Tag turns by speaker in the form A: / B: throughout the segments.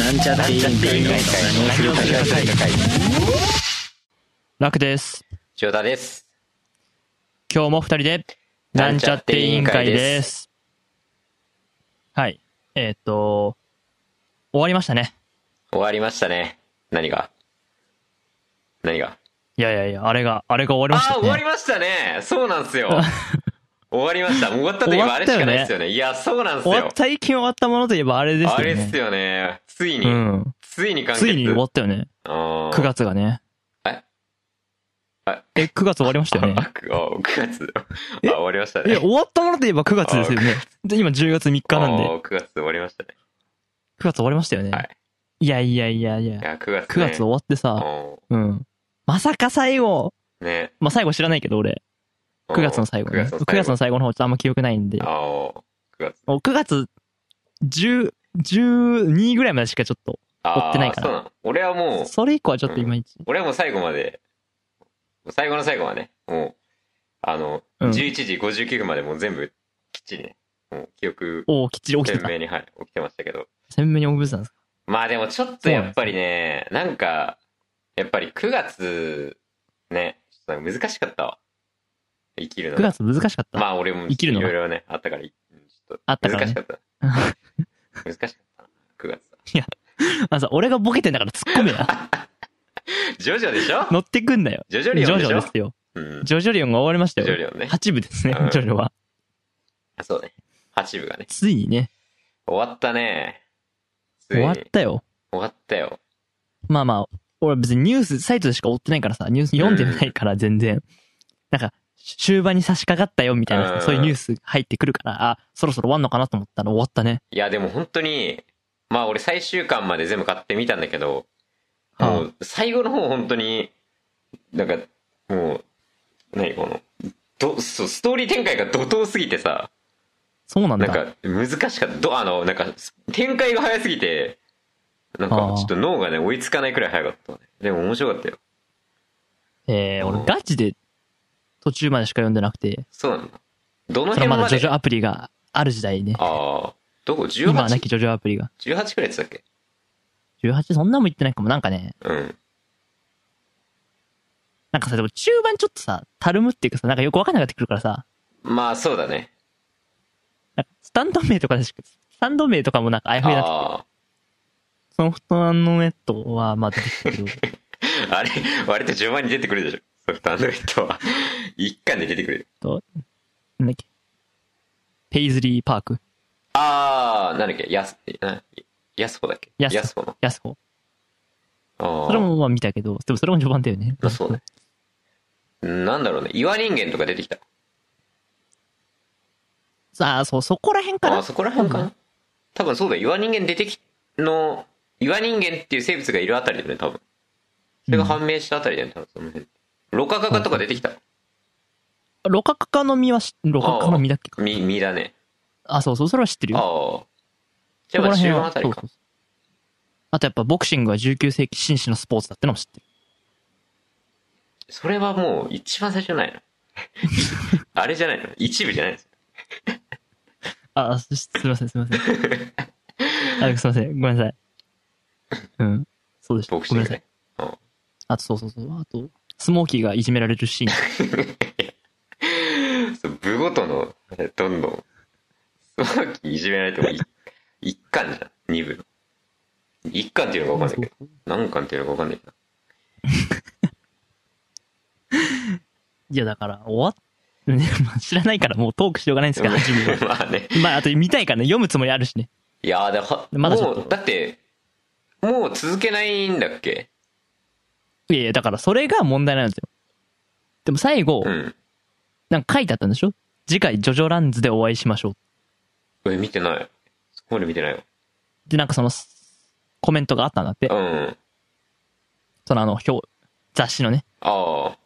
A: なんちゃって委員会の何をするかが
B: 楽です。
C: 千代田です。
B: 今日も二人で、なんちゃって委員会です。はい。えーっと、終わりましたね。
C: 終わりましたね。何が何が
B: いやいやいや、あれが、あれが終わりまし
C: あ
B: たね。
C: あ、終わりましたね。そうな んですよ。終わりました。もう終わったといえばあれしかないですよね。いや、そうなんです
B: 終わ
C: よ
B: っ。最近終わったものといえばあれですよね。
C: あれっすよね。ついに、
B: うん。
C: ついに完結。
B: ついに終わったよね。
C: あー
B: 9月がね。
C: ええ
B: え、9月終わりましたよね
C: あ。くあ9月。あ、終わりました
B: い
C: ね。
B: や、終わったものといえば9月ですよ
C: あ
B: ね。で、今10月3日なんで、
C: あ
B: 9
C: ー9月終わりましたね。
B: 月終わりましたよね。
C: はい。
B: いやいやいやいや
C: い、や、9月、ね。
B: 9月終わってさ、
C: お
B: うん。まさか最後、
C: ーね。
B: まあ、最後知らないけど俺、9月の最後ね。
C: 9
B: 9月の
C: の最
B: 最後の方ちょっとあんま記憶ないんで
C: 後。。あー9月。
B: もう9月10、12ぐらいまでしかちょっと、
C: あー
B: 追ってないから
C: そうなの。俺はもう、
B: それ以降はちょっといまいち。
C: 俺はもう最後まで、最後の最後まで、もう、あの、
B: うん
C: 11時59分までもう全部きっちりね、もう記憶、
B: おおきっちり起きて
C: 鮮
B: た。
C: 明に、はい、起きてましたけど。
B: 鮮明に起きてたんですか
C: まあでもちょっとやっぱりね、なんか、やっぱり9月、ね、ちょっとなんか難しかったわ。生きるの
B: ?9
C: が。
B: 月難しかった。
C: まあ俺も
B: 生きるの
C: い
B: が
C: ろいろね、あったから、ちょっ
B: あっ
C: と
B: たから
C: 難し
B: ね
C: か。っ た。難しかったな。9月は。
B: あのさ、俺がボケてんだから突っ込め や。
C: ジョジョでしょ
B: 乗ってくんなよ。
C: ジョジ
B: ジ
C: ョリオン
B: ョ
C: で
B: ジ
C: し
B: ョ
C: ょ
B: ですよ。
C: うん。ジ
B: ジョジョリオンが終わりました
C: ョジョ
B: よ。
C: リオンね。
B: 8部ですね
C: うん、
B: ジョジョは。
C: そうね。8部がね。
B: ついにね、
C: 終わったね。つい
B: 終
C: に
B: わったよ。
C: 終わったよ。
B: まあまあ、俺別にニュース、サイトでしか追ってないからさ、ニュース読んでないから全然。なんか、終盤に差し掛かったよみたいな
C: うん
B: さ、そういうニュース入ってくるから、あ、そろそろ終わんのかなと思ったら終わったね。
C: いや、でも本当に、まあ俺最終巻まで全部買ってみたんだけ
B: う
C: ど、
B: ん
C: もう最後の方本当に、なんか、もう、何この、どそうストーリー展開が怒涛すぎてさ、
B: そうなん
C: な
B: だ。
C: んか難しかった。どあの、なんか展開が早すぎて、なんか
B: あー
C: ちょっと脳がね、追いつかないくらい早かったね。でも面白かったよ。
B: えー、
C: う
B: 俺
C: ん
B: ガチで途中までしか読んでなくて、
C: そうなんだ。どの
B: それ
C: 辺
B: まだ
C: ま
B: ジョ
C: で
B: ジョアプリがある時代ね。
C: ああ、どこ
B: 今はな
C: ?18?
B: きジョジョアプリが。
C: 18くらいやってたっけ
B: 18、そんなも言ってないかも。なんかね、
C: うん。
B: なんかさ、でも中盤ちょっとさ、たるむっていうかさ、なんかよくわかんなくなってくるからさ、
C: まあそうだね。
B: なんかスタンド名とかでしか、スタンド名とかもなんかあやふやになってて
C: ああ。
B: その布団のネットは、まあ出てきたけど、
C: あれ、割と序盤に出てくるでしょ。ソフトアンドロイドは。一巻で出てくるよ。
B: なんだっけ。ペイズリーパーク。
C: あー、なんだっけ、やす、なやすほだっけ
B: やすほ
C: やすほの。
B: やすこ。
C: あ
B: それ
C: ー。
B: もまあ見たけど、でもそれも序盤だよね。
C: まあそうね。なんだろうね。岩人間とか出てきた。
B: さあ、そう、そこら辺か
C: あー、
B: ら。
C: そこら辺か
B: う。
C: なん多分そうだよ。岩人間出てき、の、岩人間っていう生物がいるあたりだよね、多分。それが判明したあたりだよね、多分その辺。ロカカカとか出てきた。
B: ロカカカの実はし、ロカカカの実だっけか。
C: み、みだね。
B: あ、そうそう、それは知ってる
C: あ
B: よ。
C: ー。じ
B: そ
C: ゃあ
B: こら
C: まあ
B: 辺
C: 中盤あ
B: は。
C: た
B: そ
C: り
B: う
C: か
B: そう。あとやっぱボクシングは19世紀紳士のスポーツだってのも知ってる。
C: それはもう一番最初じゃないの あれじゃないの一部じゃないの
B: あ、すすいません、すい ません。あ、すいません、ごめんなさい。うん。そうでした。
C: ボ
B: ご
C: クシ
B: めん
C: ン
B: な
C: グ
B: さい。
C: ね。
B: あと、そうそうそう。あと、スモーキーがいじめられるシーン。
C: そう部ごとの、どんどん、スマーキーいじめられてもい一巻じゃん、二部の。一巻っていうのか分かんないけど、何巻っていうのか分かんないけど。
B: いや、だから、終わっ、ね、 まあ知らないからもうトークしようがないんですけど、初めは
C: まあね。
B: まあ、あと見たいからね、読むつもりあるしね。
C: いやーだは、
B: まだちょっと
C: もう、だって、もう続けないんだっけ
B: いやいや、だからそれが問題なんですよ。でも最後
C: う、ん。
B: なんか書いてあったんでしょ次回、ジョジョランズでお会いしましょう。
C: え、見てない。そこまで見てないよ。
B: で、なんかその、コメントがあったんだって
C: う。ん。
B: そのあの、表、雑誌のね。
C: ああ。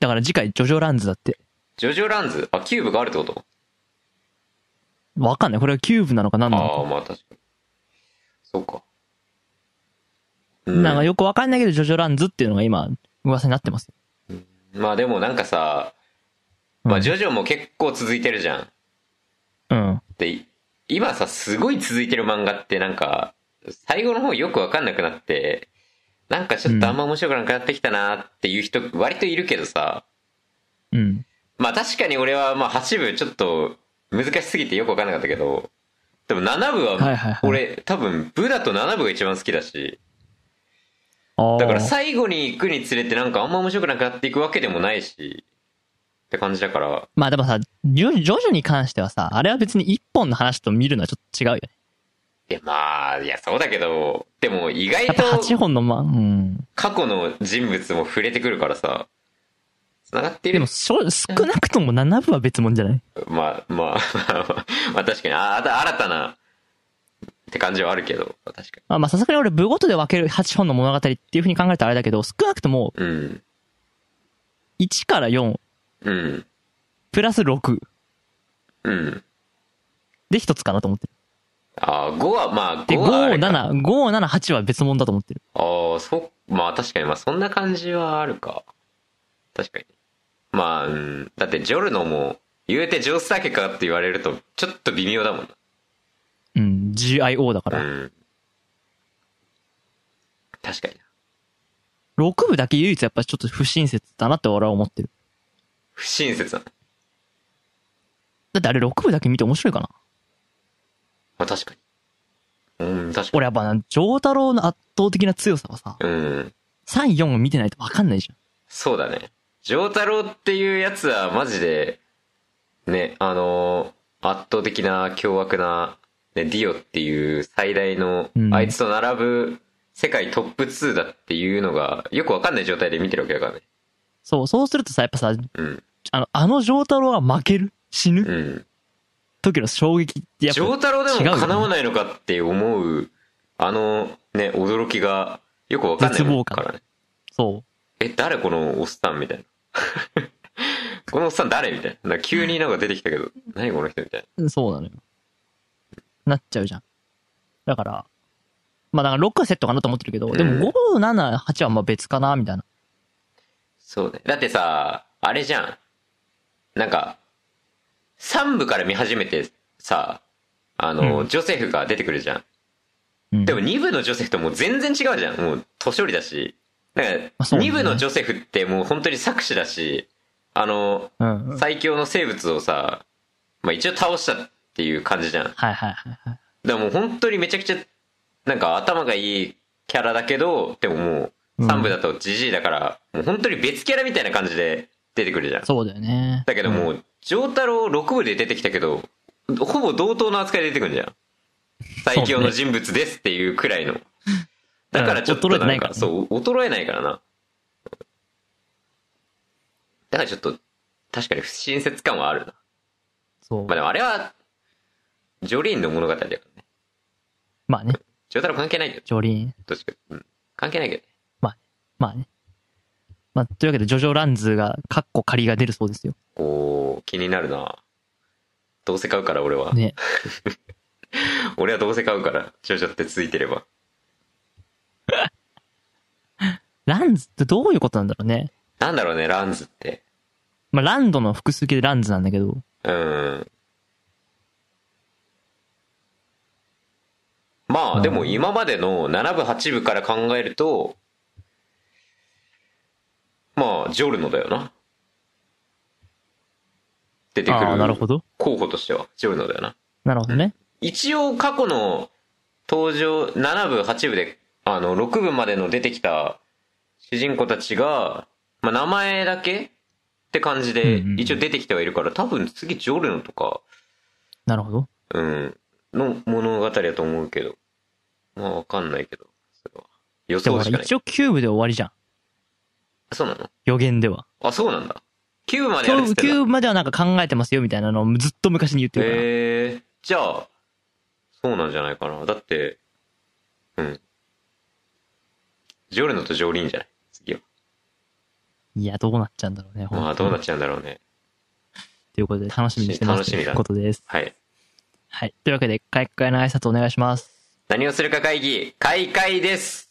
B: だから次回、ジョジョランズだって。
C: ジョジョランズあ、キューブがあるってこと
B: わかんない。これはキューブなのか何なの
C: ああ、まあ確かに。そうか。う
B: か。なんかよくわかんないけど、ジョジョランズっていうのが今、噂になってますよ。
C: まあでもなんかさ、
B: うん
C: まあジョジョも結構続いてるじゃん。
B: うん。
C: で、今さ、すごい続いてる漫画ってなんか、最後の方よくわかんなくなって、なんかちょっとあんま面白くなくなってきたなっていう人、割といるけどさ、
B: うん。
C: まあ確かに俺はまあ8部ちょっと難しすぎてよくわかんなかったけど、でも7部
B: はいはい
C: は
B: はい
C: 俺多分部だと7部が一番好きだし、
B: ああ。
C: だから最後に行くにつれてなんかあんま面白くなくなっていくわけでもないし、って感じだから、
B: まあでもさ、ジョジョジョに関してはさ、あれは別に一本の話と見るのはちょっと違うよね。
C: いやまあ、いやそうだけど、でも意外
B: やっぱ
C: と
B: 8本のま、うん。
C: 過去の人物も触れてくるからさ、繋がってい
B: で
C: る
B: も、しょ少なくとも7部は別物じゃない
C: まあ、まあ、まあ、まあ確かに、あ、あた新たな、って感じはあるけど、確か
B: まあまあさすがに俺部ごとで分ける8本の物語っていうふうに考えたらあれだけど、少なくとも
C: に。うん。
B: 1から4、
C: うん。
B: プラス6
C: うん。
B: で1つかなと思ってる。
C: ああ、5は、まあ、
B: で、
C: 5は
B: 5、
C: あれか。
B: 7、5、7、8は別物だと思ってる。
C: ああ、そ、まあ確かに、まあそんな感じはあるか。確かに。まあ、うん。だって、ジョルノも、言うてジョースタケかって言われると、ちょっと微妙だもん
B: うん、GIO だか
C: な。う
B: ら。
C: ん。確かにな。
B: 6部だけ唯一やっぱちょっと不親切だなって俺は思ってる。
C: 不親切な。
B: だってあれ6部だけ見て面白いかな
C: まあ確かに。うん、確かに。
B: 俺やっぱな、上太郎の圧倒的な強さはさ、
C: うん。
B: 3、4を見てないと分かんないじゃん。
C: そうだね。丈太郎っていうやつはマジで、ね、あのー圧倒的な凶悪な、ね、ディオっていう最大の
B: う、ん
C: あいつと並ぶ世界トップ2だっていうのが、よくわかんない状態で見てるわけだからね。
B: そう、そうするとさ、やっぱさ、
C: うん。
B: あの、あの上太郎が負ける死
C: う
B: ぬ
C: ん。
B: 時の衝撃ってやっぱ、
C: 丈太郎でも
B: 違う
C: 叶
B: よ
C: わ
B: ね
C: ないのかって思う、あのね、驚きが、よくわかんないもんからね。
B: そ
C: え、誰このおっさんみたいな。 このおっさん誰みたいな。なんか急になんか出てきたけど、何この人みたいな。
B: う、そうなのよ。なっちゃうじゃん。だから、まあだから6はセットかなと思ってるけど、で
C: うん
B: も5、7、8はまあ別かな、みたいな。
C: そうね。だってさ、あれじゃん。なんか、3部から見始めてさ、あの、
B: うん
C: ジョセフが出てくるじゃん。
B: うん
C: でも2部のジョセフともう全然違うじゃん。もう年寄りだし。だから、
B: あそうね
C: 2部のジョセフってもう本当に作詞だし、あの、
B: うん。はい
C: 最強の生物をさ、まあ一応倒したっていう感じじゃん。だか
B: はいはいはい。
C: らもう本当にめちゃくちゃ、なんか頭がいいキャラだけど、でももう3部だとジジイだから、もう本当に別キャラみたいな感じで出てくるじゃん。
B: そうだよね。
C: だけどもう、丈太郎6部で出てきたけど、ほぼ同等の扱いで出てくるじゃん。最強の人物ですっていうくらいの。だからちょっと
B: うん衰えて
C: な
B: なんいか
C: か、
B: らね
C: そう、衰えないからな。だからちょっと、確かに不親切感はあるな。
B: そう
C: まあ。でもあれは、ジョリーンの物語だからね。
B: まあね、
C: 丈太郎関係ないけど、
B: ジョリーン。
C: どっちか。うん。関係ないけど。
B: まあね。まあ、というわけで、ジョジョランズが、カッコ仮が出るそうですよ。
C: おー、気になるなどうせ買うから俺 は。
B: ね。
C: 俺はどうせ買うから、ジョジョってついてれば。
B: ランズってどういうことなんだろうね。
C: なんだろうね、ランズって。
B: まあ、ランドの複数形でランズなんだけど、
C: うん。ま
B: う
C: あ、
B: ん
C: でも今までの7部、8部から考えると、まあ、ジョルノだよな。出てく
B: ああ、
C: る
B: なるほど。
C: 候補としては、ジョルノだよな。
B: なるほどね。
C: 一応過去の登場7部8部であの6部までの出てきた主人公たちが、まあ、名前だけって感じで
B: うんうんうん
C: 一応出てきてはいるから、多分次ジョルノとか、
B: なるほど。
C: うん、の物語だと思うけどまあわかんないけどそれは予
B: で
C: 想
B: も
C: し
B: ほ
C: からない
B: 一応キューブで終わりじゃん。
C: そうなの
B: 予言では。
C: あそうなんだ9部まで
B: キ
C: やるっつ
B: ュ
C: ってんだ
B: ーブまではなんか考えてますよみたいなのをずっと昔に言ってるから。
C: へえー、じゃあそうなんじゃないかなだってうんジョルノとジョリーンじゃない次はい
B: や、どうなっちゃうんだろうね。
C: まあ
B: 本当
C: どう
B: に
C: なっちゃうんだろうね。
B: ということで、楽しみにしてます。
C: 楽しみだ
B: ということです。
C: はい。
B: はい。というわけで、開会の挨拶お願いします。
C: 何をするか会議、開会です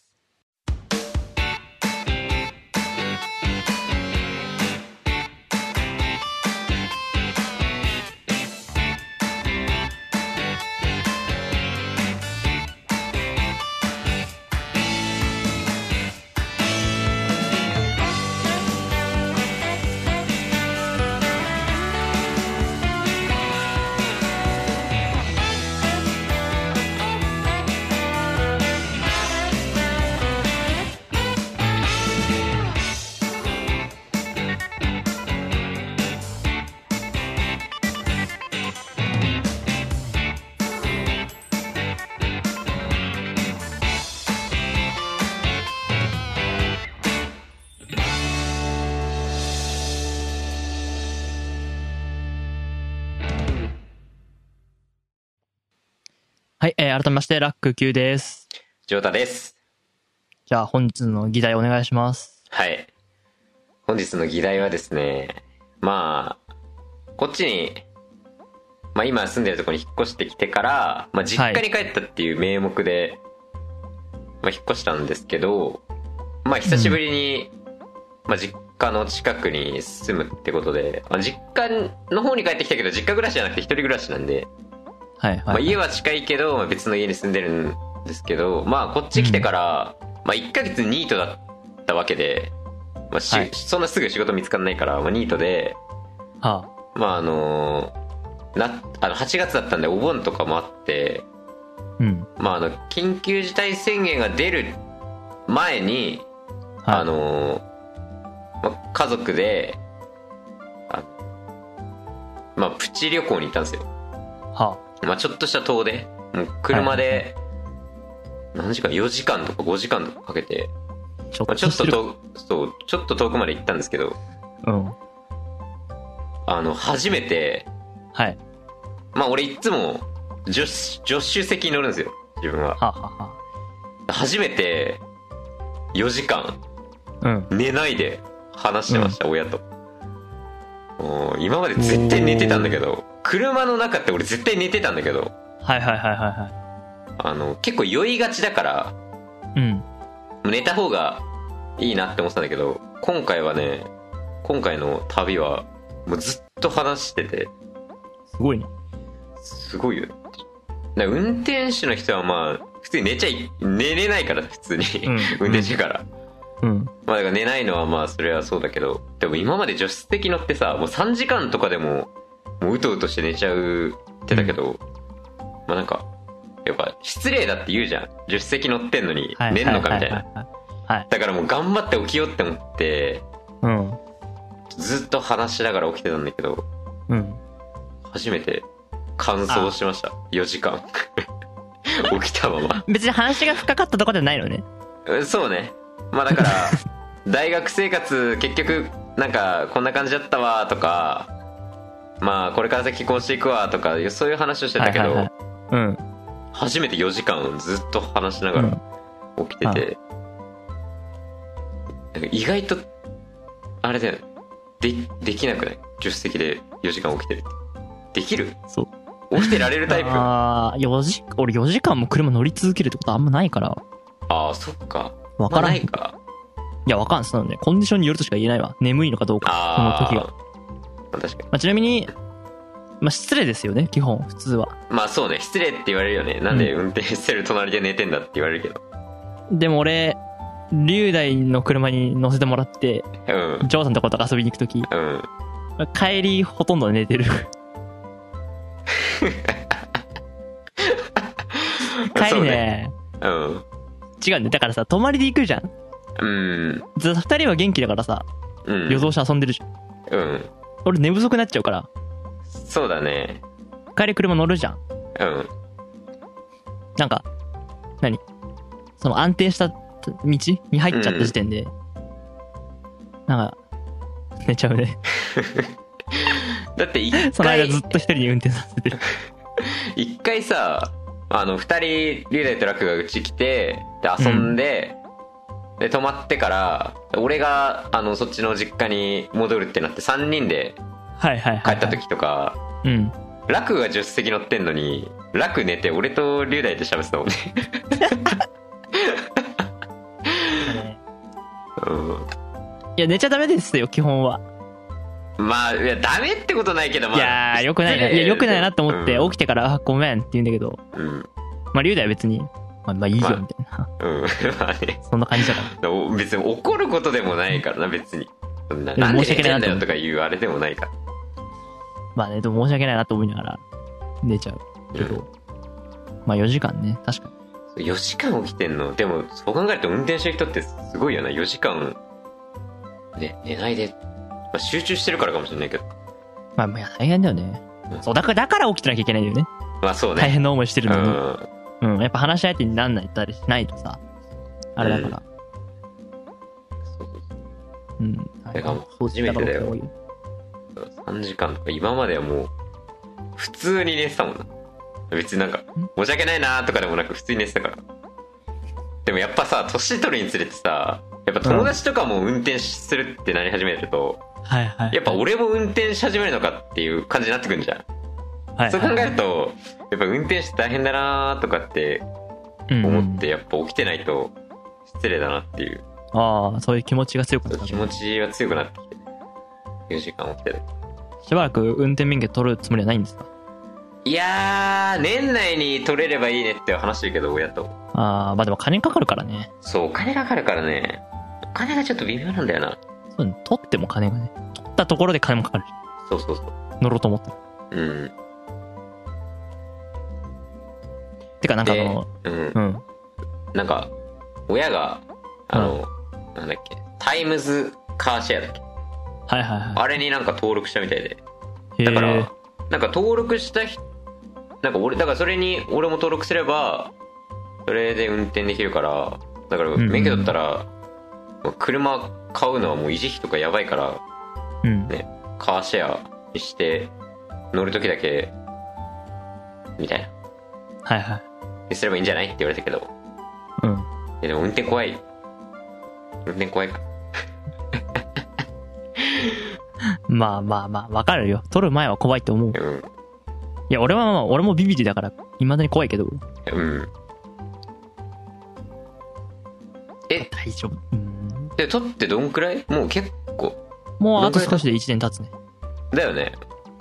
B: はい、えー改めまして、ラック Q です。
C: ジョータです。
B: じゃあ、本日の議題お願いします。
C: はい。本日の議題はですね、まあ、こっちに、まあ今住んでるところに引っ越してきてから、まあ実家に帰ったっていう名目で、まあ引っ越したんですけど、まあ久しぶりに、まあ実家の近くに住むってことで、まあ実家の方に帰ってきたけど、実家暮らしじゃなくて一人暮らしなんで、
B: はい、はい。
C: まあ、家は近いけど、まあ、別の家に住んでるんですけど、まあ、こっち来てから、まあ、1ヶ月ニートだったわけで、まあし
B: はい
C: そんなすぐ仕事見つかんないから、まあ、ニートで、
B: は
C: まああのなあの8月だったんでお盆とかもあって、
B: あ、うん。
C: まあ、あの緊急事態宣言が出る前に、
B: はい、
C: あ、のまあ、家族であまあ、プチ旅行に行ったんですよ
B: は
C: まあ、ちょっとした遠出もう車で何時間4時間とか5時間とかかけて、
B: あ、ちょっ
C: ま
B: と
C: あ、ちょっと
B: する
C: 遠くそうちょっと遠くまで行ったんですけど
B: うん。
C: あの初めて
B: はい。
C: まあ俺いつも助手助手席に乗るんですよ自分は
B: はあ、は
C: 初めて4時間
B: あ、はあ。うん。
C: 寝ないで話してました、親ともう今まで絶対寝てたんだけど車の中って俺絶対寝てたんだけど
B: はいはいはいは
C: あの結構酔いがちだか
B: い
C: ら
B: はい。うん。
C: 寝た方がいいなって思ってたんだけど今回はね今回の旅はもうずっと話してて
B: すごいね。
C: すごいよねだから運転手の人はまあ普通に寝ちゃい寝れないから普通に、
B: うん
C: 運転手から、
B: うん。
C: まあだから寝ないのはまあそれはそうだけどでも今まで助手席乗ってさもう3時間とかでももううとうとして寝ちゃうってたけど、まあなんかやっぱ失礼だって言うじゃん助手席乗ってんのに
B: はい。
C: 寝んのかみたい
B: は
C: な
B: ははい。
C: だからもう頑張って起きようって思って
B: うん。
C: ずっと話しながら起きてたんだけど
B: うん。
C: 初めて乾燥しました4時間 起きたまま
B: 別に話が深かったとかじゃないのね。
C: うんそうねまあだから 大学生活結局なんかこんな感じだったわとかまあこれから先こうしていくわとかそういう話をしてたけど、
B: はいはいはいうん。
C: 初めて4時間ずっと話しながら起きてて、なんか意外とあれだよねでできなくない助手席で4時間起きてるってできる
B: そう。
C: 起きてられるタイプあ
B: ああ、4時、俺4時間も車乗り続けるってことあんまないから、
C: あーそっか
B: わから
C: まあ
B: ん。
C: ないか
B: いや、わかん、そうなんで、コンディションによるとしか言えないわ。眠いのかどうか、
C: あ
B: その時が。
C: あまあ確かに
B: まあ、ちなみに、まあ、失礼ですよね、基本、普通は。
C: まあそうね失礼って言われるよねなんで運転してる隣で寝てんだって言われるけど
B: でも俺、龍大の車に乗せてもらって、
C: うん
B: ジョーさんとこと遊びに行くとき、
C: うん
B: 帰りほとんど寝 てる。帰りね、
C: うん
B: 違うんだよだからさ、泊まりで行くじゃん。
C: うん
B: ず二人は元気だからさ、
C: うん
B: 夜通し遊んでるじゃん。
C: うん
B: 俺寝不足になっちゃうから、
C: そうだね
B: 帰り車乗るじゃん。
C: うん
B: なんか、何その安定した道に入っちゃった時点で、なんか、寝ちゃうね。
C: だって一
B: その間
C: 回
B: ずっと一人に運転させてる。
C: 一回さあの2人リュウダイとラクがうち来てで遊んで、で泊まってから俺があのそっちの実家に戻るってなって3人で
B: はいはいはい、はい。
C: 帰った時とか、
B: うん。
C: ラクが助手席乗ってんのにラク寝て俺とリュウダイと喋ってたもんね、
B: いや、寝ちゃダメですよ、基本は。
C: うん、まあいやダメってことないけどまあ
B: いやー、よくないな。いや、よくないなと思って、
C: うん
B: 起きてから、あ、ごめんって言うんだけど、
C: うん
B: まあ、龍大は別に、まあ、まあいいよ、み
C: ま
B: た
C: あ
B: いな。
C: うん、 まあね
B: そんな感じだから。
C: お別に怒ることでもないからな別にそんな
B: でも
C: なんで
B: 申し
C: 寝
B: 訳な
C: て
B: い
C: ん
B: なと
C: だよとか言うあれでもないから
B: まあね、でも申し訳ないなと思いながら、寝ちゃうけど、まあ、4時間ね、確かに。
C: 4時間起きてんのでもそう考えると運転してる人ってすごいよな4時間、ね、寝ないで、まあ、集中してるからかもしれないけど
B: まあ、まあ、大変だよね
C: う。ん
B: そう、だから、だから起きてなきゃいけないんだよね。
C: まあそう
B: 大
C: ね
B: 変な思いしてる
C: う
B: のに。
C: ん
B: うん、やっぱ話し相手になんないったりしないとさ、あれだから。うん。はい
C: てかもう初めてだよ。3時間とか今まではもう普通に寝てたもんな別になんか申し訳ないなとかでもなく普通に寝てたからでもやっぱさ年取るにつれてさやっぱ友達とかも運転するってなり始めると、
B: はいはい。
C: やっぱ俺も運転し始めるのかっていう感じになってくんじゃん、
B: はい
C: そう
B: は
C: 考
B: い
C: えるとやっぱ運転して大変だなとかって
B: うん
C: 思ってやっぱ起きてないと失礼だなっていう
B: ああ、そういう気持ちが強くなった
C: 気。持ちは強くなってきて4時間起きてる
B: しばらく運転免許取るつもりはないんですか
C: いやー年内に取れればいいねって話してるけど親と
B: ああ、まあでも金かかるからね。
C: そうお金かかるからねお金がちょっと微妙なんだよな
B: そうね取っても金がね。取ったところで金もかかるし。
C: そうそうそう
B: 乗ろうと思ったら。
C: うん
B: てかなんかあ
C: で
B: の、
C: うん
B: うん。
C: なんか親があの、なんだっけタイムズカーシェアだっけ
B: はいはいは
C: あれになんか登録したみたいで
B: い。
C: だか
B: へー
C: ら、なんか登録した人、なんか俺、だからそれに俺も登録すれば、それで運転できるから、だから
B: んうん
C: 免許取ったら、まあ車買うのはもう維持費とかやばいから、
B: うん。
C: ね、カーシェアにして、乗るときだけ、みたい
B: はいはい。
C: な。にすればいいんじゃないって言われたけど、
B: うん。
C: いやでも運転怖い。運転怖いから。
B: まあまあまあ、わかるよ。取る前は怖いと思う。
C: うん。
B: いや、俺はまあ、俺もビビリだから、未だに怖いけど、
C: うん。え、
B: 大丈夫。うん。
C: で、取ってどんくらいもう結構。
B: もうあと少しで1年経つね。
C: だよね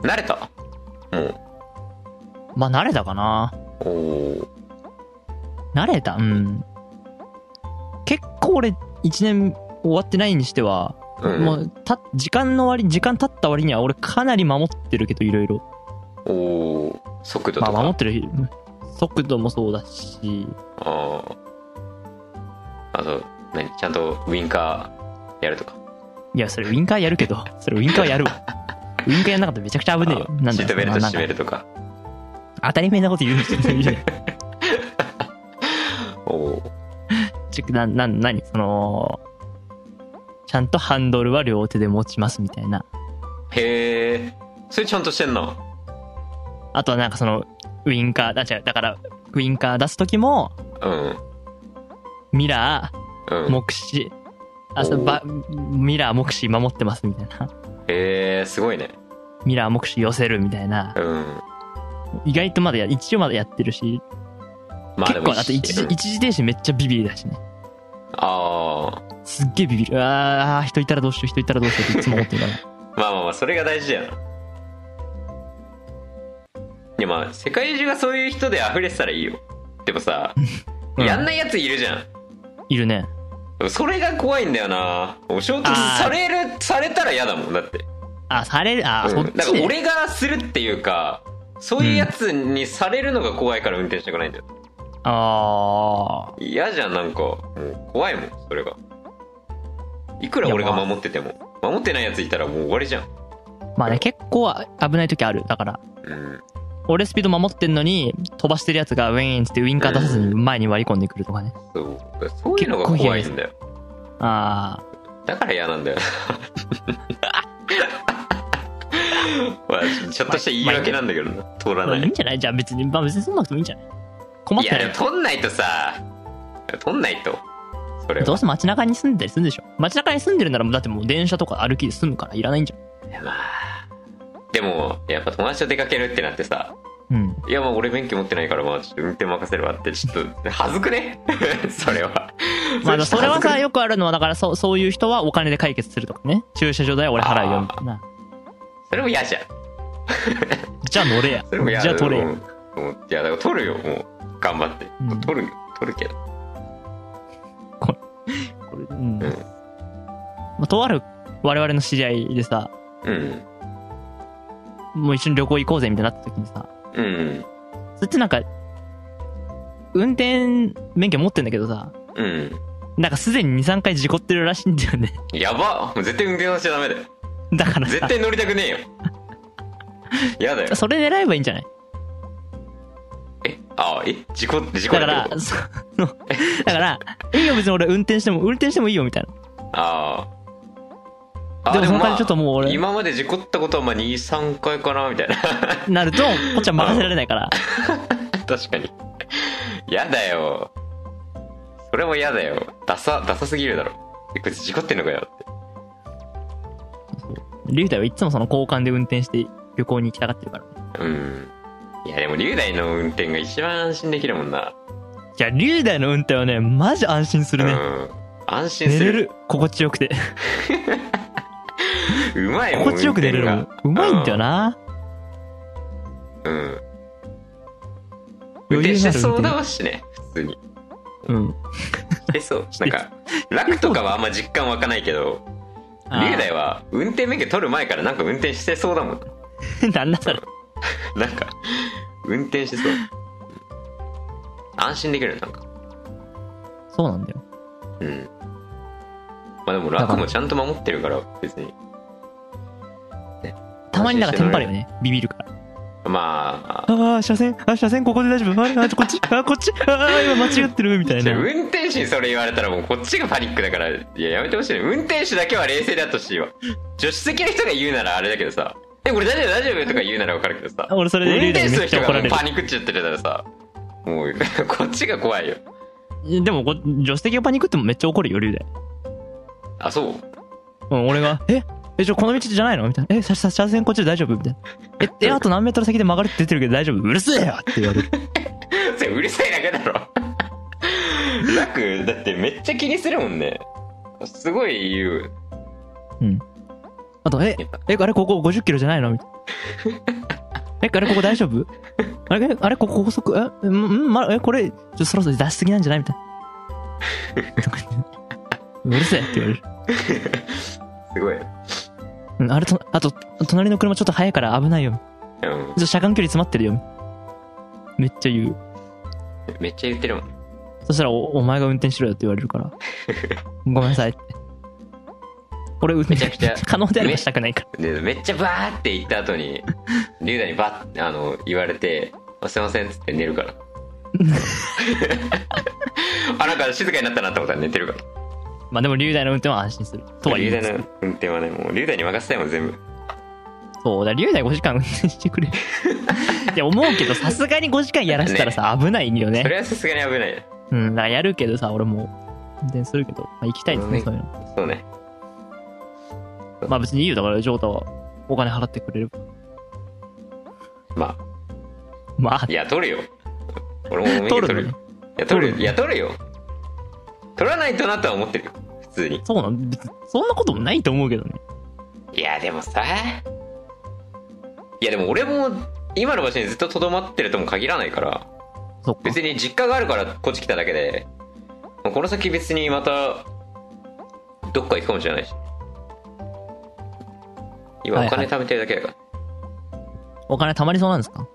C: 慣れたも
B: まあ、慣れたかな。
C: うおー
B: 慣れたうん。結構俺、1年終わってないにしては、
C: うん
B: もう、た、時間の割、時間経った割には俺かなり守ってるけど、いろいろ。
C: おー速度と
B: ま
C: か、
B: あ、守ってる、うん速度もそうだし、
C: あーあと何ちゃんとウインカーやるとか
B: いや、それウィンカーやるけ ど、それウィンカーやるわ。ウィンカーやんなかったらめちゃくちゃ危ねえよ。
C: あ
B: なんだよ
C: シートベルト
B: そんな
C: 締めるとか
B: 当たり前なこと言う の
C: おー
B: ちょな、な、なにその、ちゃんとハンドルは両手で持ちますみたいな。
C: へえそれちゃんとしてんな
B: あとはなんかその、ウィンカー、あ、違う、だから、ウィンカー出すときも、
C: うん
B: ミラ
C: う
B: ー、
C: ん
B: 目視、あ、
C: お
B: そうば、ミラー、目視守ってますみたいな。
C: へえすごいね
B: ミラー、目視寄せるみたいな。
C: うん
B: 意外とまだや、一応まだやってるし、
C: まあ
B: 結
C: でも
B: 構、あと一時、
C: うん
B: 一時停止めっちゃビビりだしね。
C: あ
B: すっげえビビる。あー、人いたらどうしよう、人いたらどうしようっていつも思ってる から。
C: ーまあまあまあそれが大事だよないやまあ世界中がそういう人で溢れてたらいいよでもさ、
B: うん
C: やんないやついるじゃん
B: いるね。
C: それが怖いんだよなもう衝突
B: あー
C: されるされたら嫌だもんだって、
B: あ、される、あー、
C: うん
B: そっ
C: だ
B: ち
C: から
B: ね。
C: 俺がするっていうかそういうやつにされるのが怖いから運転したくないんだよ
B: あ
C: 嫌じゃんなんかもう怖いもんそれがいくら俺が守ってても守ってないやついたらもう終わりじゃん
B: ー。まあね、結構危ない時ある。だから、
C: うん
B: 俺スピード守ってんのに、飛ばしてるやつがウィーンっつってウィンカー出さずに前に割り込んでくるとかね。
C: そうそういうのが怖いんだよ
B: あ
C: だから嫌なんだ よまあちょっとした言い訳なんだけどな通
B: あ、ま
C: らな
B: あい
C: い
B: いんじゃないじゃあ別に、まあ別にそんなくてもいいんじゃない困っ
C: い
B: た
C: やでも
B: ら、
C: 取んないとさ取んないとそれ
B: ど
C: は
B: うせ街中に住んでたりするんでしょ街中に住んでるならもうだってもう電車とか歩きで済むからいらないんじ
C: まあでもやっぱ友達と出かけるってなってさ
B: ゃん。うん。
C: いやまあ俺免許持ってないからまあちょっと運転任せればってちょっと恥ずくね それは
B: まあそれはさ、
C: よ
B: よくあるのは、だからそう、そういう人はお金で解決するとかね。駐車場代は俺払うよ、みたいな。
C: それも嫌じゃん
B: じゃあ乗れや
C: それも。嫌
B: じゃあ取れ
C: う
B: や。
C: んうんいやだから取るよもう頑張って、
B: うん
C: 取る取るけど
B: これうん。
C: う
B: ま
C: ん
B: あ、とある我々の知り合いでさ、
C: うん
B: もう一緒に旅行行こうぜみたいになった時にさ、
C: うん
B: それってなんか、運転免許持ってんだけどさ、
C: うん
B: なんかすでに2、3回事故ってるらしいんだよね。
C: やばもう絶対運転させちゃダメだよ
B: だからさ
C: 絶対乗りたくね えよ嫌だよ
B: それ狙えばいいんじゃない
C: えあえ事故事故
B: だか
C: だけ
B: ら、その、だから、いいよ別に俺運転しても、運転してもいいよみたいな。
C: ああ。
B: でもその代わり
C: あ
B: ちょっともう俺
C: 今まで事故ったことはまあ2、3回かな、みたいな。
B: なると、こっちは任せられないから。
C: 確かに。やだよ。それもやだよ。ダサ、ダサすぎるだろ。え、こいつ事故ってんのかよって。
B: リュウダイはいつもその交換で運転して旅行に行きたがってるから。
C: うん。いや、でも、龍大の運転が一番安心できるもんな。
B: いや、リュウダイの運転はね、マジ安心す
C: う
B: るね。
C: ん。安心
B: 寝
C: す
B: れ
C: る。
B: る。心地よくて。
C: うまいもん、
B: 心地よく寝れるもん。う
C: 運
B: ま
C: 転が
B: いんだよ。な。
C: うん。うん運
B: 余
C: 転
B: 裕
C: し
B: があ
C: て
B: る
C: そう
B: 運
C: だ
B: 転。
C: わしね、普 通に。
B: うん。
C: してそう。なんか、楽とかはあんま実感湧かないけど、
B: あー
C: 龍大は運転免許取る前からなんか運転してそうだもん。
B: なんだそれ。
C: なんか、運転してそう。安心できるよなんか。
B: そうなんだよ。
C: うん。まあでも楽もちゃんと守ってるから、別に。
B: たまになんかテンパるよね。ビビるから。
C: まあ、
B: ああ、車線、あ、車線ここで大丈夫。あれ、あこっち、あ、こっち、ああ、今間違ってる、みたい
C: じ
B: な
C: ゃあ。運転手にそれ言われたらもうこっちがパニックだから、いや、やめてほしいね。運転手だけは冷静だとしいわ。助手席の人が言うならあれだけどさ、え、これ大丈夫大丈夫とか言うならわかるけどさ、
B: 俺それで
C: 運
B: リュウダイに
C: 転手
B: め
C: の
B: っちゃ怒
C: 人が
B: ら
C: も
B: れ
C: うパニックっちゃってたらさ、もう、 こっちが怖いよ。
B: る。 でもこ、助手席がパニックってもめっちゃ怒るよ、リュウダイ。
C: あ、そう
B: うん、俺が、 ええ、ちょ、この道じゃないのみたいな。え、車車車線こっちで大丈夫みたいな。 え、え、あと何メートル先で曲がるって出てるけど大丈夫うるせえよって言われる。
C: それうるさいだけだろ 楽だってめっちゃ気にするもんねすごい言う
B: あと、え、え、あれここ50キロじゃないの みたいな。え、あれここ大丈夫あれあれここ高速え、ん、ん、ま、え、これ、ちょっとそろそろ出しすぎなんじゃないみたい な。とか言ってうるせえって言われる。
C: すごい、う
B: うん、あれと、あと、隣の車ちょっと速いから危ないよ。
C: ん、
B: ちょっと車間距離詰まってるよ。めっちゃ言う。
C: めっちゃ言ってるもん
B: そしたらお、お前が運転しろよって言われる から。ごめんなさいって。俺、運転
C: めちゃくちゃ
B: 可能であればしたくない から。
C: でめっちゃバーって言った後 に龍大にバッてあの言われて「あすいません」っつって寝るから あなんか静かになったなってことは寝てるから
B: まあでも、龍大の運転は安心する。とは言
C: 龍
B: いま
C: 大
B: す。
C: の運転はねもう龍大に任せたいもん全部
B: そうだ、龍大5時間運転して くれ。いや、思うけど、さすがに5時間やらせたらさ、危ないんよ
C: それ
B: ね。
C: はさすがに危ない
B: うん、だからやるけどさ、俺も、運転するけど、まあ、行きたいですね、
C: うん
B: そういうの。
C: そうね
B: まあ別にいいよ、だから、ジョータは、お金払ってくれる。
C: まあ
B: まあ
C: い、や、取るよ。俺も免許
B: 取るの
C: 取る
B: 取る
C: よ。いや、取る。
B: の
C: いや、取るよ。取らないとなとは思ってるよ。普通に。
B: そうなん、別にそんなこともないと思うけどね。
C: いや、でもさ。いや、でも俺も、今の場所にずっと留まってるとも限らないから、
B: そっか。
C: 別に実家があるからこっち来ただけで、もうこの先別にまた、どっか行くかもしれないし。今
B: はい
C: お
B: はい
C: 金貯めてるだけだから。
B: お金貯まりそうなんですか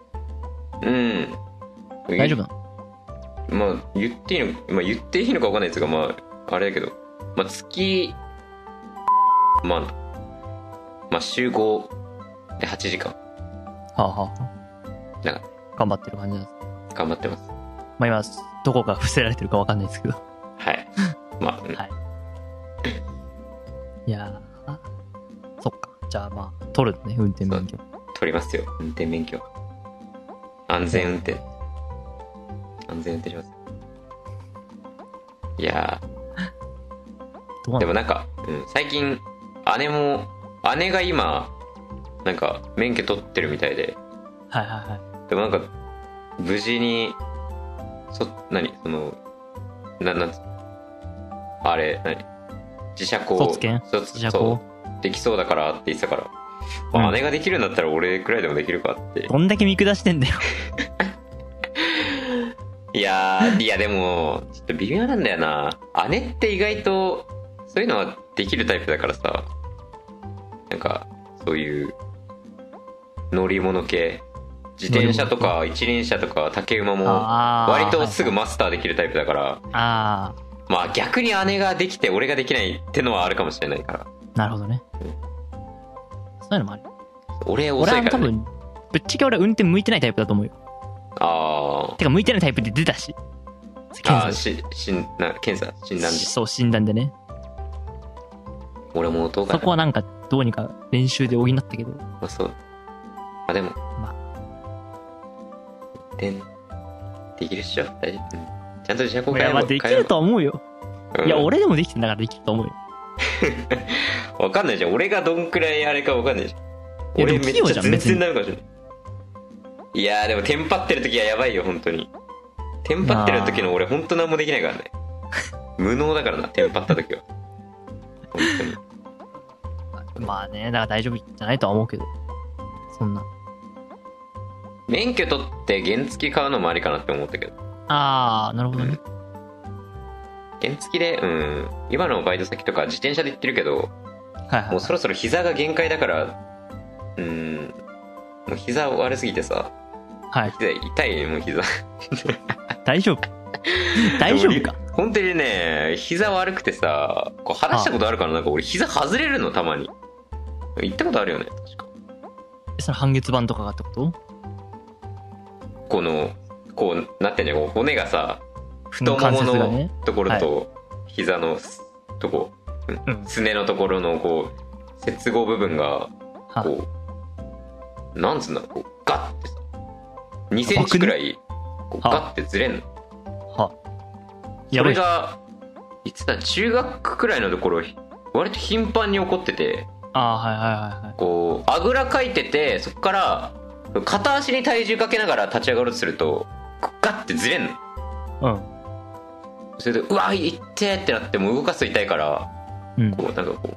C: うん。
B: 大丈夫なの
C: まあ言っていいの、まあ、言っていいのか分かんないですがまああれだけど、まあ、月まあまあ週5で8時間
B: はあはあ。
C: なんか
B: 頑張ってる感じなんです。
C: 頑張ってます
B: まあ今、どこが伏せられてるかわかんないですけど。
C: はいまあうん
B: はいいやー、そっか。じゃあまあ、取るのね、運転免許。
C: 取りますよ運転免許安全運転安全運転しますいや
B: どう
C: ー
B: な
C: で
B: の
C: もなんか、うん、最近姉も姉が今なんか免許取ってるみたいで
B: はいはいは
C: でもなんか、無事に、そ、何その、な、なんつあれ、何自社校。
B: 卒検
C: 卒
B: い。じゃあ
C: そ
B: こ
C: うできそうだからって言ってたから。まあ、
B: うん
C: 姉ができるんだったら俺くらいでもできるかって
B: う、。どんだけ見下してんだよ。
C: いやー、いやでも、ちょっと微妙なんだよな。姉って意外と、そういうのはできるタイプだからさ。なんか、そういう、乗り物系。自転車とか一輪車とか竹馬も
B: あー
C: 割とすぐマスターできるタイプだから、
B: あ
C: まあ逆に姉ができて俺ができないってのはあるかもしれないから。
B: ー、なるほどね。そういうのもある。
C: 俺
B: 俺
C: 遅い
B: は多
C: から、ね。
B: 分、ぶっちゃけ俺は運転向いてないタイプだと思うよ。
C: あ
B: てか、向いてないタイプで出たし。
C: ーあー、
B: 検
C: し、しん、な、検査、診断
B: 査
C: で。
B: そう、診断でね。
C: 俺もどうか
B: そ
C: な。
B: こはなんか、どうにか練習で補ったけど。
C: まあそう。あ、でも。
B: ま
C: でんできるっしょ大丈夫うんちゃんと自社公
B: い
C: 開
B: や、まあ、できるとは思うよ。いや、、俺でもできてんだからできると思うよ。
C: わかんないじゃん。俺がどんくらいあれかわかんないじゃん。
B: いやで
C: 俺
B: も
C: めっ
B: 器用
C: ち
B: じ
C: ゃ
B: ゃん
C: 全然ダメかもしれない。いやーでもテンパってる時はやばいよ、本当に。テンパってる時の俺本当何もできないからね。無能だからな、テンパった時は。本当に。
B: まあね、だから大丈夫じゃないとは思うけど。そんな。
C: 免許取って原付買うのもありかなって思ったけど。
B: あー、なるほどね。
C: 原付で、うん。今のバイト先とか自転車で行ってるけど、
B: はいはい
C: もう。そろそろ膝が限界だから、うん。もう膝悪すぎてさ、
B: はい。
C: 膝痛いね、もう膝。
B: 大 丈夫。大丈夫か。
C: 本当にね膝悪くてさこう話したことあるからなんか俺膝外れるのたまに言ったことあるよね確か
B: えその半月板とかがってこと
C: このこうなってんじゃんこう骨がさ
B: 太
C: 太もも
B: が
C: の
B: ね。
C: ところと膝のすとこ
B: うん。
C: すねのところのこう接合部分が
B: は
C: こうなんつうんだろうこうガッてさ2センチくらいこう
B: は
C: ガッてずれんの
B: や
C: そ
B: ば
C: れ
B: い。
C: がいつだ中学くらいのところ割と頻繁に起こってて
B: あー、はいはいはいはい。
C: こうあぐらかいててそこから片足に体重かけながら立ち上がろうとするとガッてずれんの
B: うん。
C: それでうわ痛ってってなってもう動かすと痛いから、
B: うん
C: こうなんかこう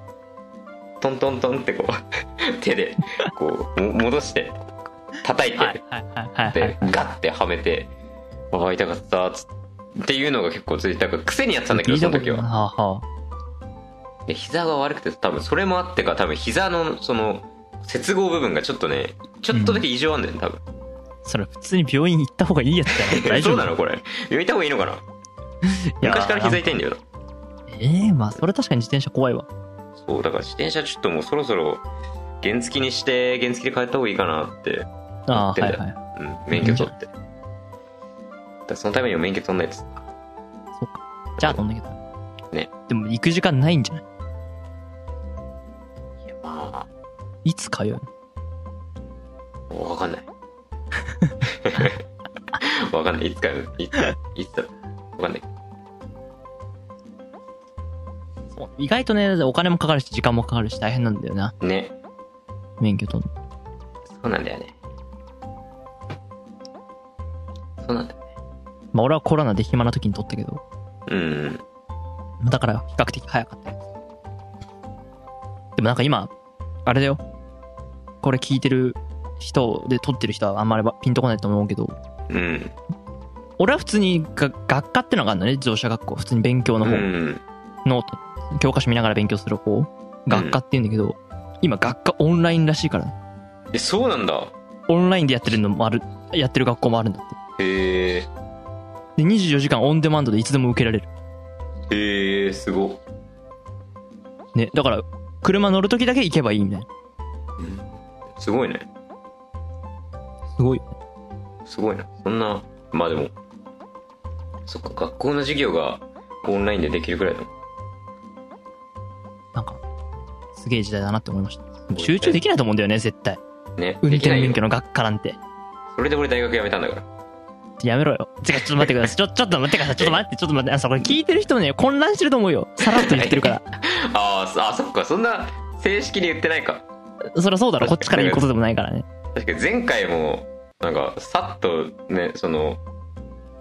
C: トントントンってこう 手でこうも戻して叩いて、
B: はいはいはいはい
C: で。ガッてはめて「ああ痛かった」つっていうのが結構続いてたから癖にやってたんだけどその時は
B: はあは
C: で膝が悪くて多分それもあってか多分膝のその接合部分がちょっとねちょっとだけ異常あんだよね多分。
B: あ。それ普通に病院行った方がいいやつだよ。大丈
C: そ
B: 夫
C: うなのこれ言いた方がいいのかない
B: や
C: 昔から膝痛いんだよな
B: ええまあそれ確かに自転車怖いわ。
C: そうだから自転車ちょっともうそろそろ原付にして原付で帰った方がいいかなって、
B: ああー、は
C: 言って
B: い
C: んだ
B: はい。
C: うん、免許取ってだからそのためにも免許取んないと
B: じゃあ飛んだけど。
C: ね。
B: でも行く時間ないんじゃない
C: ま
B: いつ通うの
C: あ分 かんない分かんないいつかいついつだ分かんない
B: そう意外とね、お金もかかるし、時間もかかるし、大変なんだよな。
C: ね
B: 免許取るの。
C: そうなんだよねそうなんだよね
B: まあ俺はコロナで暇な時に取ったけど、
C: うん
B: だから比較的早かったよでもなんか今、あれだよ。これ聞いてる人で取ってる人はあんまりピンとこないと思うけど、
C: うん
B: 俺は普通にが学科ってのがあるんだね、自動車学校。普通に勉強の
C: う
B: 方。
C: ん
B: ノート、教科書見ながら勉強する方、学科って言うんだけど、今学科オンラインらしいから、
C: えそうなんだ
B: オンラインでやってるのもある、やってる学校もあるんだっ
C: へえ
B: て。で、24時間オンデマンドでいつでも受けられる。
C: へえすごっ
B: ね、だから、車乗るときだけ行けばいいみたいな。
C: すごいね
B: すごい。
C: すごいなそんなまあでもそっか学校の授業がオンラインでできるぐらいだもん
B: なんか、すげえ時代だなって思いました。集中できないと思うんだよね、絶対。
C: ね
B: 運
C: できな
B: 転
C: いよ
B: 免許の学科なんて。
C: それで俺大学辞めたんだから
B: やめろよ。てか、ちょっと待ってください。ちょ、ちょっと待ってください。ちょっと待って、ちょっと待って。あ、そこれ聞いてる人もね、混乱してると思うよ。さらっと言ってるから。
C: あーそあそっかそんな正式に言ってないか
B: そりゃそうだろ。こっちから言うことでもないからね。
C: 確かに前回もなんかさっとねその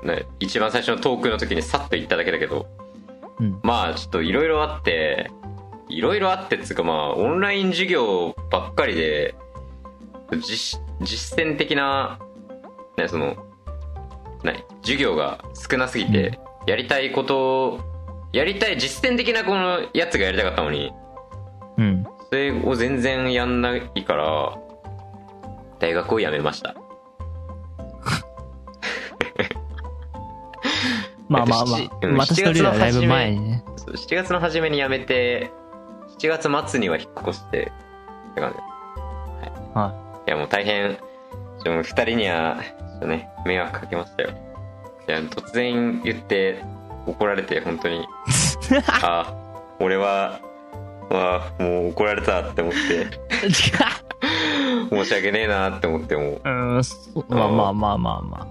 C: ね一番最初のトークの時にさっと言っただけだけど
B: うん。
C: まあちょっといろいろあっていろいろあってっつうかまあオンライン授業ばっかりで実実践的な、ね、その何授業が少なすぎて、やりたいことをやりたい実践的なこのやつがやりたかったのに
B: うん。
C: それを全然やんないから大学を辞めました
B: まあまあま
C: えっと
B: あ、
C: うん
B: 私とリュウはだいぶ前にね。
C: そう7月の初めに辞めて7月末には引っ越してって感じ
B: はい
C: やもう大変ちょもう2人にはちょっとね迷惑かけましたよいや突然言って怒られて本当にあ俺はまあもう怒られたって思って
B: い。
C: 申し訳ねえなって思ってもう
B: うーん、そうまあまあまあまあま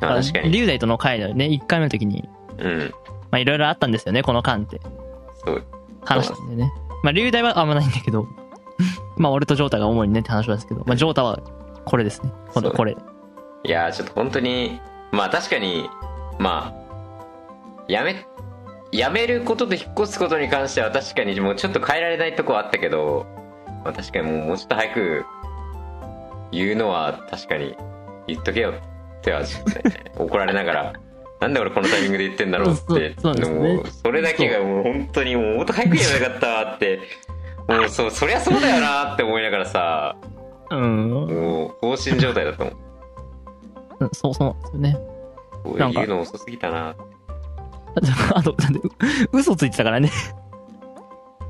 C: あ確かに。
B: 龍大との会のね、1回目の時に、
C: うん。
B: まあいろいろあったんですよね、この間って。
C: そう。
B: 話したんだよね。まあ龍大はあんまないんだけど、 まあ俺とジョータが主にねって話なんですけど、まあジョータはこれですね。今度これ。
C: いやーちょっと本当に、まあ確かに、まあ、やめ、やめることと引っ越すことに関しては確かにもうちょっと変えられないとこはあったけど、まあ確かにもうもうちょっと早く言うのは確かに言っとけよってはちょっと ね、怒られながら、なんで俺このタイミングで言ってんだろうって、
B: そうそうですね
C: もうそれだけがもう本当にもうもっと早く言えばよかったわって、もうそう、そりゃそうだよなって思いながらさ、
B: うん。
C: もう放心状態だと思う。
B: そうそうなんですよね。
C: こう
B: なんか
C: 言うの遅すぎたな
B: あと、あとなんで嘘ついてたからね。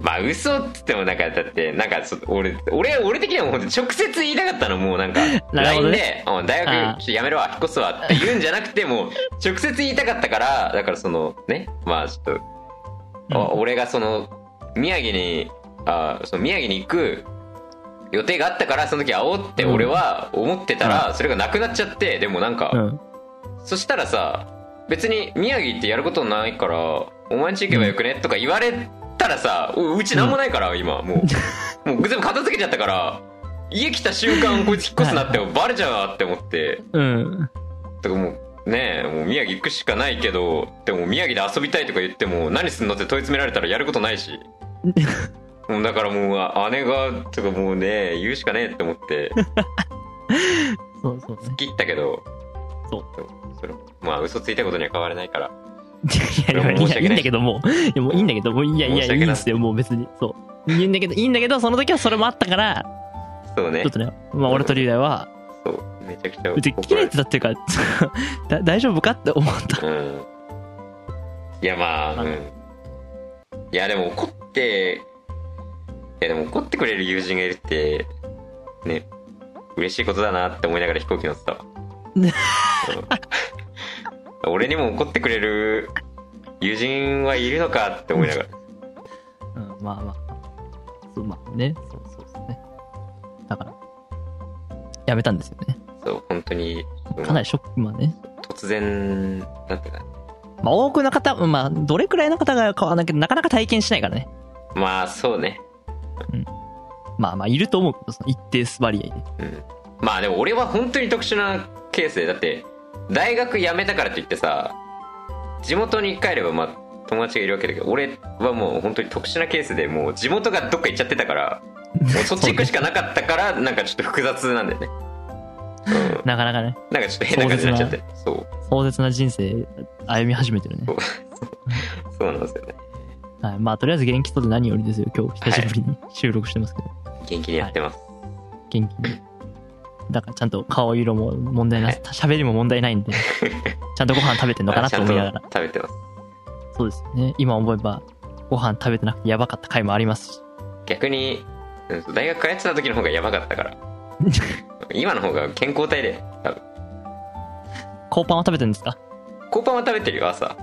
C: まあ嘘っつってもなんかだってなんかそ俺俺俺的にはもう直接言いたかったのもうなんか
B: なるほ
C: LINE
B: ど
C: で
B: ね
C: 「うん大学
B: ああ
C: ちょっとやめるわ引っ越すわ」って言うんじゃなくてもう直接言いたかったからだからそのねまあちょっと、あ
B: うん
C: 俺がその宮城にあその宮城に行く予定があったからその時会おうって俺は思ってたらそれがなくなっちゃってでもなんか、
B: うん。
C: そしたらさ別に宮城ってやることないからお前んち行けばよくねとか言われたらさおうち何もないから今も うもう全部片付けちゃったから家来た瞬間こいつ引っ越すなってバレちゃうわって思って
B: うん。
C: だからもうねえもう宮城行くしかないけどでも宮城で遊びたいとか言っても何すんのって問い詰められたらやることない しもうだからもうあ姉がとかもうね言うしかねえって思って
B: そうそうね。
C: 切ったけど
B: そう
C: それまあ嘘ついたことには変わらないから
B: いや、いやい
C: 申し訳
B: や
C: ない
B: いいんだけど、もう。いや、もういいんだけど、もういや、い
C: 申し
B: や、
C: 訳
B: い
C: ない
B: いですよ、もう別に。そう。いいんだけど、いいんだけど、その時はそれもあったから、
C: そうね
B: ちょっとね、まあ俺とリュウダイは、
C: そうめちゃくちゃ
B: 別に切れてたっていうか、 だ大丈夫かって思った。
C: うんいやまあ、うん、いやでも怒っていやでも怒ってくれる友人がいるってね嬉しいことだなって思いながら飛行機乗ってたわ うん俺にも怒ってくれる友人はいるのかって思いながら
B: うん、まあまあ。そう、まあね。そうそうですね。だから、やめたんですよね。
C: そう本当に
B: かなりショック、まあね。
C: 突然なんていうか
B: まあ多くの方、まあどれくらいの方が買わなきゃなかなか体験しないからね。
C: まあそうね
B: まあまあいると思うけど、その一定数割合で。
C: うんまあでも俺は本当に特殊なケースでだって大学辞めたからといってさ地元に帰ればまあ友達がいるわけだけど俺はもう本当に特殊なケースでもう地元がどっか行っちゃってたからもうそっち行くしかなかったからなんかちょっと複雑なんだよね、うん、
B: なかなかね、
C: なんかちょっと変な感じになっちゃってそう
B: 壮絶な人生歩み始めてるね。
C: そうなんですよね
B: はい。まあとりあえず元気そうで何よりですよ、今日久しぶりに収録してますけど。
C: 元気にやってます、
B: 元気に。だからちゃんと顔色も問題な
C: はい
B: い、喋りも問題ないん で、ちゃんとご飯食べてんのかな
C: あち
B: と
C: ゃん
B: 思
C: と
B: いながら。
C: 食べてます
B: そうですよね。今思えば、ご飯食べてなくてやばかった回もありますし。
C: 逆にうん大学通ってた時の方がやばかったから 今の方が健康体で多分
B: コーパンは食べてるんですか
C: コーパンは食べてるよ 朝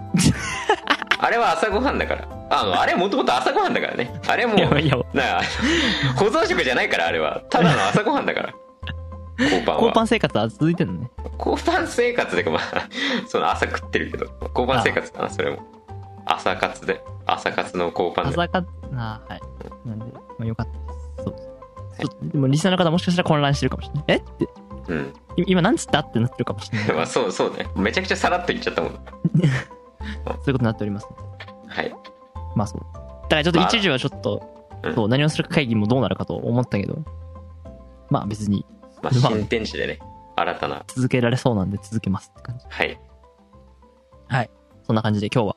C: あれは朝ごはんだからああれもともと朝ごはんだからねあれもう
B: いやばいやばい
C: なああの保存食じゃないからあれはただの朝ごはん だからコーパンは
B: コーパン生活は続いてるのね。
C: コーパン生活でかまあ その朝食ってるけどコーパン生活かなそれも朝活で朝活のコーパンで
B: 朝か、あーはい。なんで、まあ、よかったです。そうです。ちょっとでも、リスナーの方もしかしたら混乱してるかもしれない。えって、
C: うん
B: い今なんつったってなってるかもしれない。
C: まあそうそうねめちゃくちゃさらっと言っちゃったもん
B: そういうことになっております。
C: はい
B: まあそう。だからちょっと一時はちょっと、
C: まあうん
B: そう、何をするか会議もどうなるかと思ったけど、まあ別に
C: まあ
B: まあ
C: 新天地でね新たな
B: 続けられそうなんで続けますって感じ。
C: はい
B: はい。そんな感じで今日は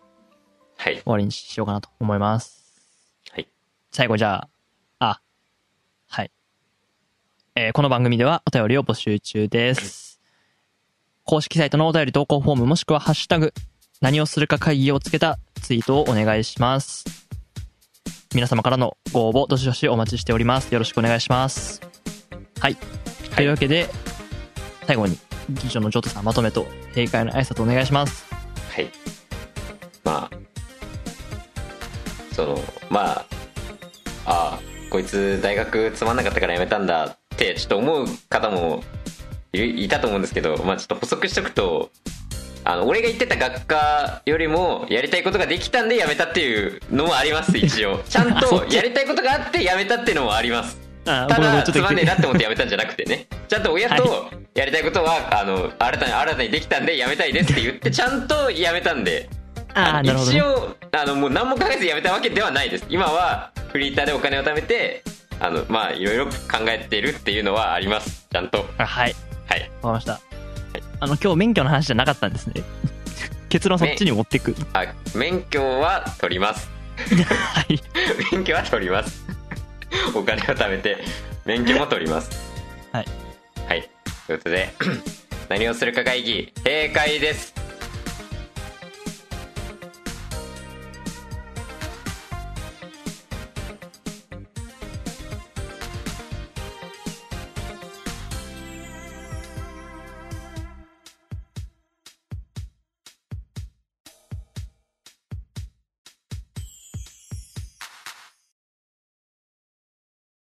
C: はい
B: 終わりにしようかなと思います。
C: はい
B: 最後じゃあ、あ、はい。えーこの番組ではお便りを募集中です。公式サイトのお便り投稿フォームもしくはハッシュタグ、何をするか会議をつけたツイートをお願いします。皆様からのご応募、どしどしお待ちしております。よろしくお願いします。はい。というわけで、最後に、議長のジョートさんまとめと、閉会の挨拶お願いします。
C: はい。まあ、その、まあ、ああ、こいつ大学つまんなかったから辞めたんだって、ちょっと思う方もいるいたと思うんですけど、まあちょっと補足しとくと、あの俺が言ってた学科よりもやりたいことができたんで辞めたっていうのもあります一応ちゃん
B: そ
C: と
B: っち
C: やりたいことがあって辞めたっていうのもあります
B: あ
C: た
B: ごめんごめ
C: だ
B: んちょっ
C: つ
B: と
C: まんねえなって思って辞めたんじゃなくて ねちゃんと親とやりたいことはあの新たに新たにできたんで辞めたいですって言ってちゃんと辞めたんで
B: あ
C: あ
B: あ、
C: の
B: なるほど、
C: 一
B: ね。
C: 応あのもう何も考えず辞めたわけではないです今はフリーターでお金を貯めてあのまあいろいろ考えてるっていうのはありますちゃんと
B: あはい。
C: はい
B: わかりました。あの、今日免許の話じゃなかったんですね。 結論そっちに持っていく。
C: あ免許は取ります
B: はい。
C: 免許は取ります お金を貯めて免許も取ります
B: はい
C: はいということで何をするか会議閉会です